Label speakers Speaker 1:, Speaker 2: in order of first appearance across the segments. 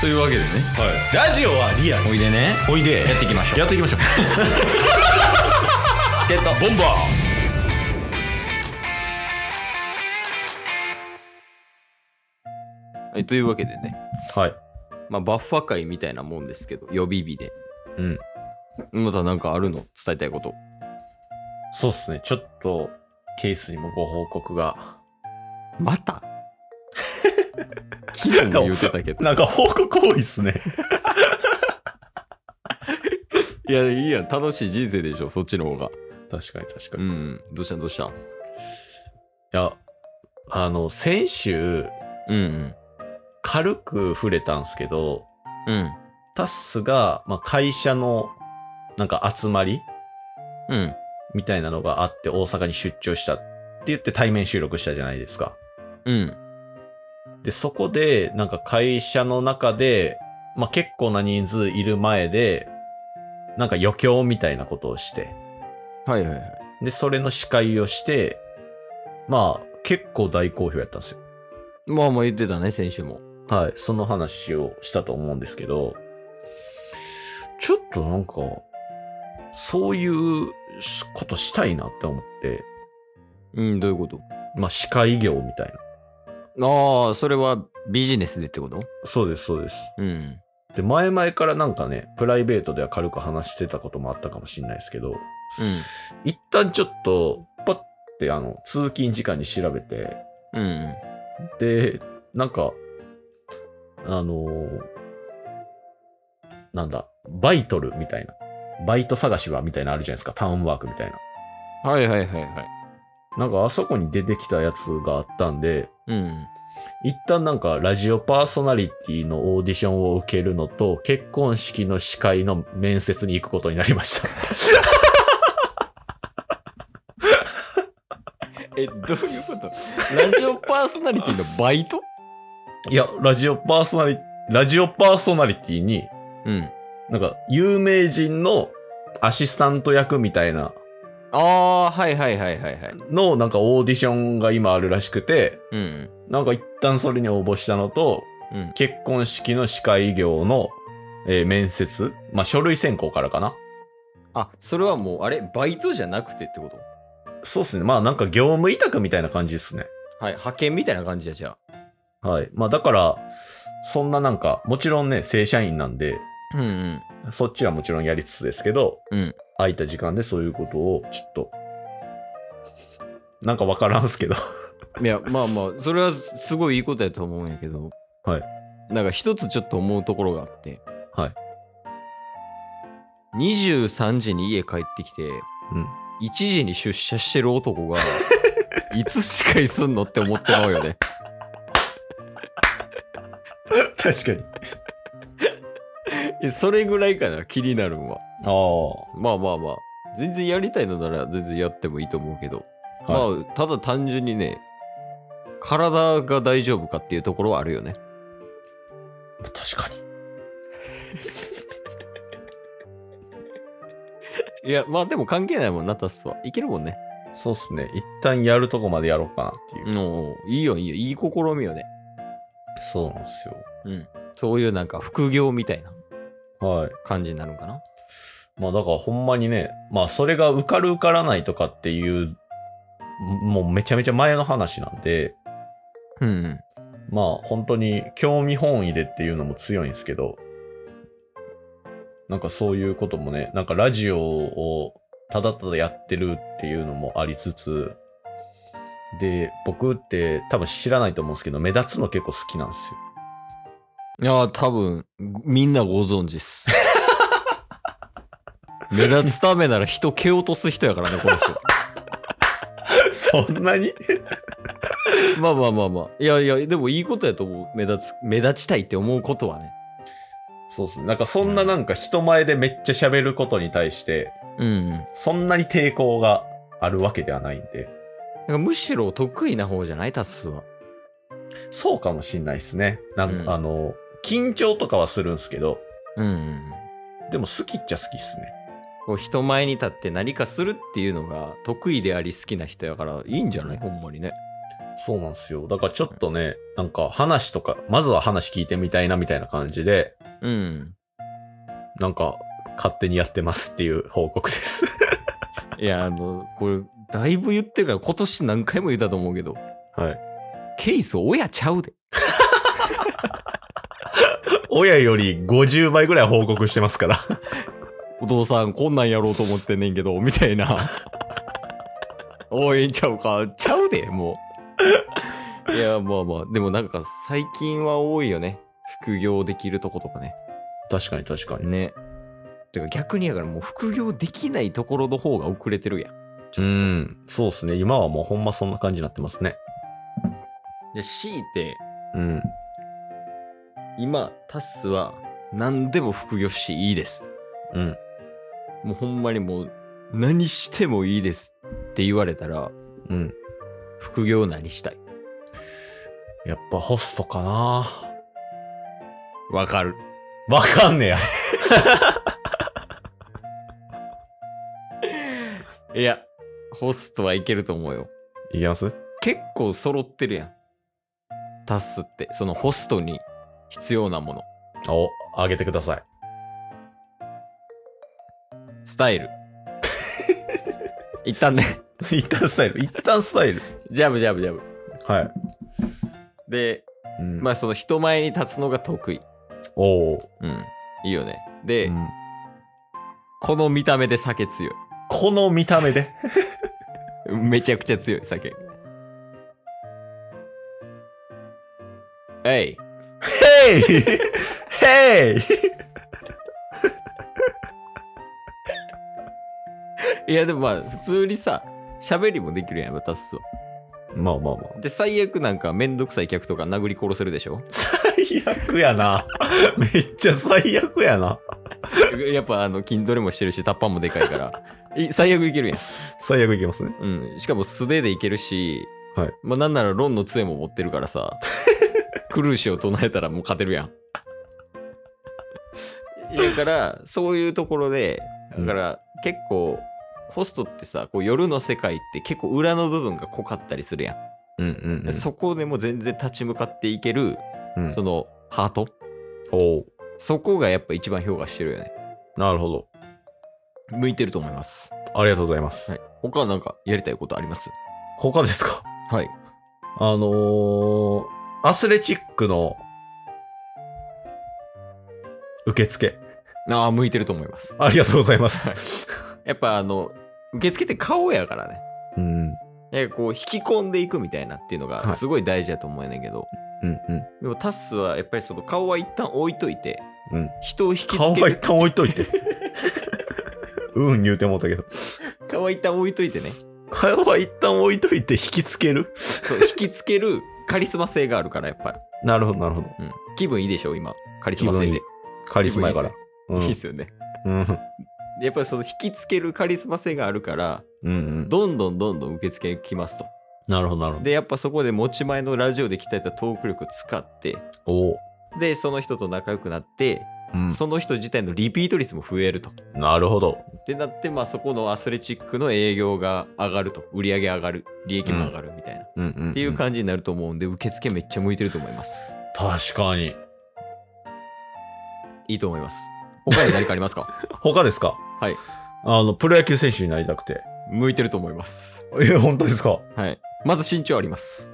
Speaker 1: というわけでね
Speaker 2: ラジオはリアル
Speaker 1: おいでね
Speaker 2: おいで
Speaker 1: やっていきましょう
Speaker 2: やっていきましょう
Speaker 1: チケットボンバーはい、というわけでね、
Speaker 2: はい
Speaker 1: まあ、バッファ会みたいなもんですけど予備日で
Speaker 2: うん
Speaker 1: またなんかあるの伝えたいこと
Speaker 2: そうっすねちょっとケースにもご報告が
Speaker 1: また 昨日も言ってたけど
Speaker 2: なんか報告多いっすね
Speaker 1: いやいいやん楽しい人生でしょそっちの方が
Speaker 2: 確かに確
Speaker 1: う
Speaker 2: かに、い
Speaker 1: んどうしたんどうしたん
Speaker 2: やあの先週
Speaker 1: うん
Speaker 2: 軽く触れたんすけど
Speaker 1: うんうん
Speaker 2: タッスが、まあ、会社のなんか集まり
Speaker 1: うん
Speaker 2: みたいなのがあって大阪に出張したって言って対面収録したじゃないですか
Speaker 1: うん
Speaker 2: で、そこで、なんか会社の中で、まあ、結構な人数いる前で、なんか余興みたいなことをして、
Speaker 1: はいはいはい
Speaker 2: で、それの司会をして、まあ、結構大好評やったんですよ。
Speaker 1: まあまあ言ってたね先週も
Speaker 2: はい。その話をしたと思うんですけど、ちょっとなんか、そういうことしたいなって思って、
Speaker 1: うんどういうこと
Speaker 2: まあ、司会業みたいな。
Speaker 1: ああ、それはビジネスでってこと
Speaker 2: そうです、そうです。
Speaker 1: うん。
Speaker 2: で、前々からなんかね、プライベートでは軽く話してたこともあったかもしれないですけど、一旦ちょっと、パッてあの、通勤時間に調べて、
Speaker 1: うん。うん。
Speaker 2: で、なんか、あのーなんだ、バイトルみたいな。バイト探しはみたいなのあるじゃないですか。タウンワークみたいな。
Speaker 1: はいはいはいはい。
Speaker 2: なんかあそこに出てきたやつがあったんで、
Speaker 1: うん。
Speaker 2: 一旦なんかラジオパーソナリティのオーディションを受けるのと、結婚式の司会の面接に行くことになりました。
Speaker 1: え、どういうことラジオパーソナリティのバイト
Speaker 2: いや、ラジオパーソナリ、ラジオパーソナリティに
Speaker 1: うん。
Speaker 2: なんか、有名人のアシスタント役みたいな
Speaker 1: ああ、はいはいはいはいはい。
Speaker 2: の、なんかオーディションが今あるらしくて、
Speaker 1: うん。
Speaker 2: なんか一旦それに応募したのと、
Speaker 1: うん。
Speaker 2: 結婚式の司会業の、えー面接、まあ、書類選考からかな。
Speaker 1: あ、それはもう、あれバイトじゃなくてってこと
Speaker 2: そうっすね。まあ、なんか業務委託みたいな感じですね。
Speaker 1: はい。派遣みたいな感じだじゃ
Speaker 2: はい。まあ、だから、そんななんか、もちろんね、正社員なんで、
Speaker 1: あ。うんうん。
Speaker 2: そっちはもちろんやりつつですけど、
Speaker 1: うん
Speaker 2: 空いた時間でそういうことを、ちょっと、なんかわからんすけど。
Speaker 1: いや、まあまあ、それはすごいいいことやと思うんやけど。
Speaker 2: はい。
Speaker 1: なんか一つちょっと思うところがあって。
Speaker 2: はい。
Speaker 1: 23時に家帰ってきて、
Speaker 2: うん。
Speaker 1: 1時に出社してる男 がいつ司会すんのって思ってまうよね
Speaker 2: 確かに。
Speaker 1: えそれぐらいかな気になるんは
Speaker 2: ああ。は
Speaker 1: まあまあまあ全然やりたいのなら全然やってもいいと思うけど、
Speaker 2: い、
Speaker 1: まあただ単純にね体が大丈夫かっていうところはあるよね
Speaker 2: 確かに。
Speaker 1: いやまあでも関係ないもんなタスはいけるもんね
Speaker 2: そうっすね。一旦やるとこまでやろうかなっていう。
Speaker 1: うんいいよいいよいい試みよね
Speaker 2: そうなんですよ。
Speaker 1: うんそういうなんか副業みたいな
Speaker 2: はい。
Speaker 1: 感じになるんかな
Speaker 2: まあだからほんまにね、まあそれが受かる受からないとかっていう、もうめちゃめちゃ前の話なんで、
Speaker 1: うんうん
Speaker 2: まあ本当に興味本位でっていうのも強いんですけど、なんかそういうこともね、なんかラジオをただただやってるっていうのもありつつ、で、僕って多分知らないと思うんですけど、目立つの結構好きなんですよ。
Speaker 1: いやー多分ごみんなご存知っ す目立つためなら人蹴落とす人やからねこの人
Speaker 2: そんなに
Speaker 1: まあまあまあまあいやいやでもいいことやと思う目立つ目立ちたいって思うことはね
Speaker 2: そうっすね。なんかそんななんか人前でめっちゃ喋ることに対して、
Speaker 1: うんうんだか
Speaker 2: そんなに抵抗があるわけではないんで、
Speaker 1: らむしろ得意な方じゃないタスは
Speaker 2: そうかもしんないですね。なん
Speaker 1: うん
Speaker 2: あの、緊張とかはするんすけど、
Speaker 1: うんうんうん
Speaker 2: でも好きっちゃ好きっすね。
Speaker 1: こう人前に立って何かするっていうのが得意であり好きな人やからいいんじゃないほんまにね
Speaker 2: そうなんですよ。だからちょっとね、なんか話とか、まずは話聞いてみたいなみたいな感じで、
Speaker 1: うん。
Speaker 2: なんか勝手にやってますっていう報告です。
Speaker 1: いや、あの、これ、だいぶ言ってるから、今年何回も言ったと思うけど、
Speaker 2: はい。
Speaker 1: ケイス親ちゃうで。
Speaker 2: 親より50倍ぐらい報告してます から。
Speaker 1: お父さん、こんなんやろうと思ってんねんけど、 みたいな。応援ちゃうか、ちゃうで、もう。いや、まあまあ、でもなんか、最近は多いよね。副業できるとことかね。
Speaker 2: 確かに確かに。
Speaker 1: ね。てか逆にやからもう副業できないところの方が遅れてるやん。
Speaker 2: うん。そうですね。今はもうほんまそんな感じになってますね。
Speaker 1: で、強いて、
Speaker 2: うん。
Speaker 1: 今、タッスは何でも副業していいです。
Speaker 2: うん。
Speaker 1: もうほんまにもう何してもいいですって言われたら、
Speaker 2: うん。
Speaker 1: 副業何したい
Speaker 2: やっぱホストかな
Speaker 1: わかる。
Speaker 2: わかんねや。
Speaker 1: いや、ホストはいけると思うよ。
Speaker 2: いきます
Speaker 1: 結構揃ってるやん。タッスって、そのホストに必要なもの。
Speaker 2: お、あげてください。
Speaker 1: スタイル。一旦ね。
Speaker 2: 一旦スタイル。一旦スタイル。
Speaker 1: ジャブジャブジャブ。
Speaker 2: はい。
Speaker 1: で、
Speaker 2: うん
Speaker 1: まあその人前に立つのが得意。
Speaker 2: おお、
Speaker 1: うん。いいよね。で、
Speaker 2: うん
Speaker 1: この見た目で酒強い。
Speaker 2: この見た目で。
Speaker 1: めちゃくちゃ強い酒。えい。
Speaker 2: ヘイヘイ
Speaker 1: いやでもまあ普通にさ、喋りもできるやん、やっぱタスは。
Speaker 2: まあまあまあ。
Speaker 1: で、最悪なんかめんどくさい客とか殴り殺せるでしょ
Speaker 2: 最悪やな。めっちゃ最悪やな。
Speaker 1: やっぱあの筋トレもしてるし、タッパンもでかい から。い最悪いけるやん。
Speaker 2: 最悪いけますね。
Speaker 1: うん。しかも素手でいけるし、
Speaker 2: はい
Speaker 1: まあなんならロンの杖も持ってるから さ、クルーシを唱えたらもう勝てるやん。だから、そういうところで、だから結構、ホストってさ、こう夜の世界って結構裏の部分が濃かったりするやん。
Speaker 2: うんうん、うん。
Speaker 1: そこでも全然立ち向かっていける、
Speaker 2: うん
Speaker 1: そのハート
Speaker 2: おう
Speaker 1: そこがやっぱ一番評価してるよね。
Speaker 2: なるほど。
Speaker 1: 向いてると思います。
Speaker 2: ありがとうございます。
Speaker 1: はい、他なんかやりたいことあります
Speaker 2: 他ですか
Speaker 1: はい。
Speaker 2: あのー、アスレチックの受付。
Speaker 1: ああ、向いてると思います。
Speaker 2: ありがとうございます。
Speaker 1: やっぱあの、受付って顔やからね。
Speaker 2: うん。
Speaker 1: なんかこう、引き込んでいくみたいなっていうの
Speaker 2: は
Speaker 1: が
Speaker 2: い
Speaker 1: すごい大事だと思うんやけど、
Speaker 2: うんうん。
Speaker 1: でもタッスはやっぱりその顔は一旦置いといて、
Speaker 2: うん
Speaker 1: 人を引きつける。
Speaker 2: 顔は一旦置いとい て。うん言うてもうたけど。
Speaker 1: 顔は一旦置いといてね。
Speaker 2: 顔は一旦置いといて引きつける
Speaker 1: そう、引きつけるカリスマ性があるから、やっぱり。
Speaker 2: なるほど、なるほど。
Speaker 1: うん。気分いいでしょ、今。カリスマ性
Speaker 2: 気分い
Speaker 1: で
Speaker 2: い。カリスマやから。うん
Speaker 1: いいっすよね。
Speaker 2: うん
Speaker 1: でやっぱりその引きつけるカリスマ性があるから、
Speaker 2: うんうん。
Speaker 1: どんどんどんどん受付に来ますと。
Speaker 2: なるほど、なるほど。
Speaker 1: で、やっぱそこで持ち前のラジオで鍛えたトーク力を使って、
Speaker 2: おう
Speaker 1: で、その人と仲良くなって、
Speaker 2: うん
Speaker 1: その人自体のリピート率も増えると。
Speaker 2: なるほど。
Speaker 1: ってなって、まあ、そこのアスレチックの営業が上がると。売り上げ上がる。利益も上がるみたいな。っ
Speaker 2: うんうん。って
Speaker 1: いう感じになると思うんで、受付めっちゃ向いてると思います。
Speaker 2: 確かに。
Speaker 1: いいと思います。他に何かありますか
Speaker 2: 他ですか
Speaker 1: はい。
Speaker 2: あの、プロ野球選手になりたくて。
Speaker 1: 向いてると思います。
Speaker 2: え、本当ですか
Speaker 1: はい。まず身長あります。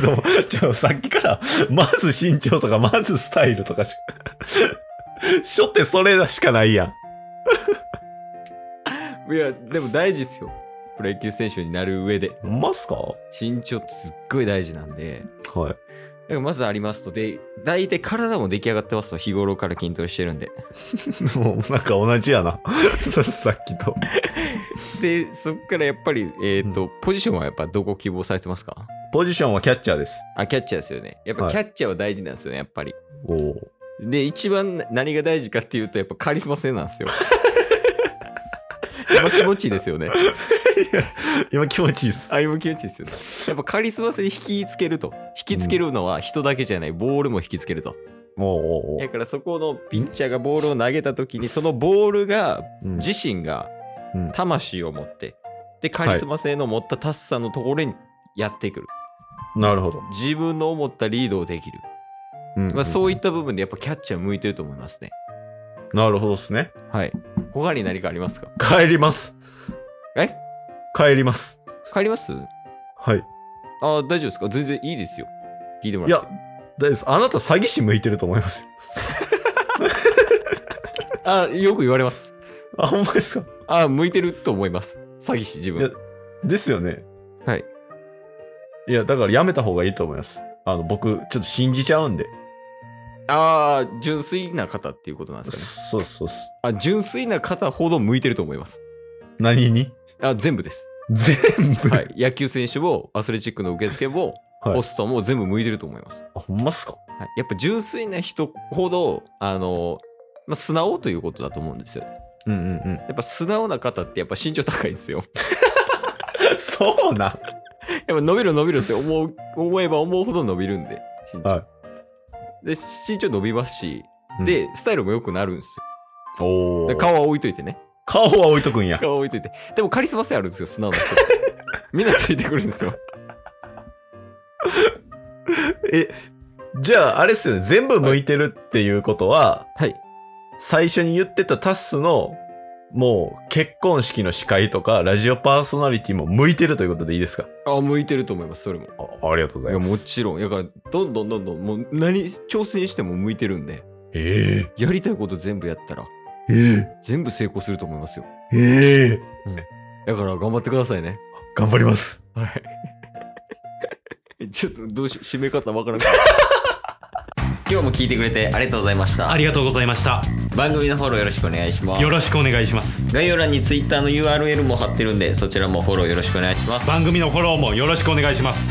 Speaker 2: でも、ちょ、さっきから、まず身長とか、まずスタイルとかしか、初手それしかないやん。
Speaker 1: いや、でも大事ですよ。プロ野球選手になる上で。
Speaker 2: ほんまっすか
Speaker 1: 身長ってすっごい大事なんで、
Speaker 2: はい。
Speaker 1: だからまずありますと、で、大体体も出来上がってますと、日頃から筋トレしてるんで。
Speaker 2: もう、なんか同じやな。ささっきと。
Speaker 1: で、そっからやっぱり、えっ、と、ポジションはやっぱどこ希望されてますか
Speaker 2: ポジションはキャッチャーです。
Speaker 1: あ、キャッチャーですよね。やっぱ
Speaker 2: はい
Speaker 1: キャッチャーは大事なんですよね、やっぱり。
Speaker 2: おお。
Speaker 1: で、一番な何が大事かっていうと、やっぱカリスマ性なんです よ。今気持ちいいですよね。
Speaker 2: 今気持ちいいっす。
Speaker 1: あ、今気持ちいいですよね。やっぱカリスマ性引きつけると。引きつけるのは人だけじゃない、ボールも引きつけると。
Speaker 2: もう、おうお
Speaker 1: だ
Speaker 2: う
Speaker 1: からそこのピッチャーがボールを投げた時にそのボールが
Speaker 2: うん
Speaker 1: 自身が
Speaker 2: うん
Speaker 1: 魂を持ってでカリスマ性の持ったタッサのところにやってくる、
Speaker 2: なるほど。
Speaker 1: 自分の思ったリードをできる、まあ、そういった部分でやっぱキャッチャー向いてると思いますね
Speaker 2: なるほどですね。
Speaker 1: はい他に何かありますか
Speaker 2: 帰ります。
Speaker 1: え
Speaker 2: 帰ります。
Speaker 1: 帰ります
Speaker 2: はい。
Speaker 1: あー大丈夫ですか全然いいですよ聞いても
Speaker 2: い
Speaker 1: ら
Speaker 2: や
Speaker 1: って、
Speaker 2: 大丈夫です。あなた詐欺師向いてると思います。
Speaker 1: あーよく言われます
Speaker 2: あ、ほんまですか
Speaker 1: あー向いてると思います詐欺師自
Speaker 2: いや
Speaker 1: 分
Speaker 2: ですよね。
Speaker 1: はい。
Speaker 2: いや、だからやめた方がいいと思います。あの、僕、ちょっと信じちゃうんで。
Speaker 1: ああ純粋な方っていうことなんですかね
Speaker 2: そうそうそう。
Speaker 1: あ純粋な方ほど向いてると思います
Speaker 2: 何に
Speaker 1: あ全部です、
Speaker 2: 全部、
Speaker 1: はい、野球選手もアスレチックの受付も、
Speaker 2: はい
Speaker 1: ホストも全部向いてると思います
Speaker 2: あ、ほんまっすか
Speaker 1: はい、やっぱ純粋な人ほどあの、まあ、素直ということだと思うんですよ
Speaker 2: うんうんうん。
Speaker 1: やっぱ素直な方ってやっぱ身長高いんですよ
Speaker 2: そうなん。
Speaker 1: やっぱ伸びる伸びるって思う思えば思うほど伸びるんで身長、
Speaker 2: は
Speaker 1: で身長伸びますし
Speaker 2: うん
Speaker 1: で、スタイルも良くなるんです
Speaker 2: お
Speaker 1: よ
Speaker 2: お
Speaker 1: で。顔は置いといてね
Speaker 2: 顔は置いとくんや。
Speaker 1: 顔は置いといてでもカリスマ性あるんですよ素直な 人みんなついてくるんですよ
Speaker 2: え、じゃあ、あれっすよね。全部向いてるっていうことは、
Speaker 1: はい
Speaker 2: 最初に言ってたタッスの、もう、結婚式の司会とか、ラジオパーソナリティも向いてるということでいいですか
Speaker 1: あ向いてると思いますそれも
Speaker 2: あありがとうご
Speaker 1: いやも。ちろんだからどんどんどんどんもう何挑戦しても向いてるんで
Speaker 2: え
Speaker 1: やりたいこと全部やったら
Speaker 2: ええ
Speaker 1: 全部成功すると思いますよ
Speaker 2: えええ
Speaker 1: だから頑張ってくださいね。
Speaker 2: 頑張ります。
Speaker 1: はい。ちょっとどうし、締め方わからない。 今日も聞いてくれてありがとうございました
Speaker 3: あ。りがとうございました。
Speaker 1: 番組のフォローよろしくお願いします
Speaker 3: よ。ろしくお願いします。
Speaker 1: 概要欄に Twitter の URL も貼ってるんで、そちらもフォローよろしくお願いします。
Speaker 3: 番組のフォローもよろしくお願いします。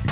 Speaker 3: す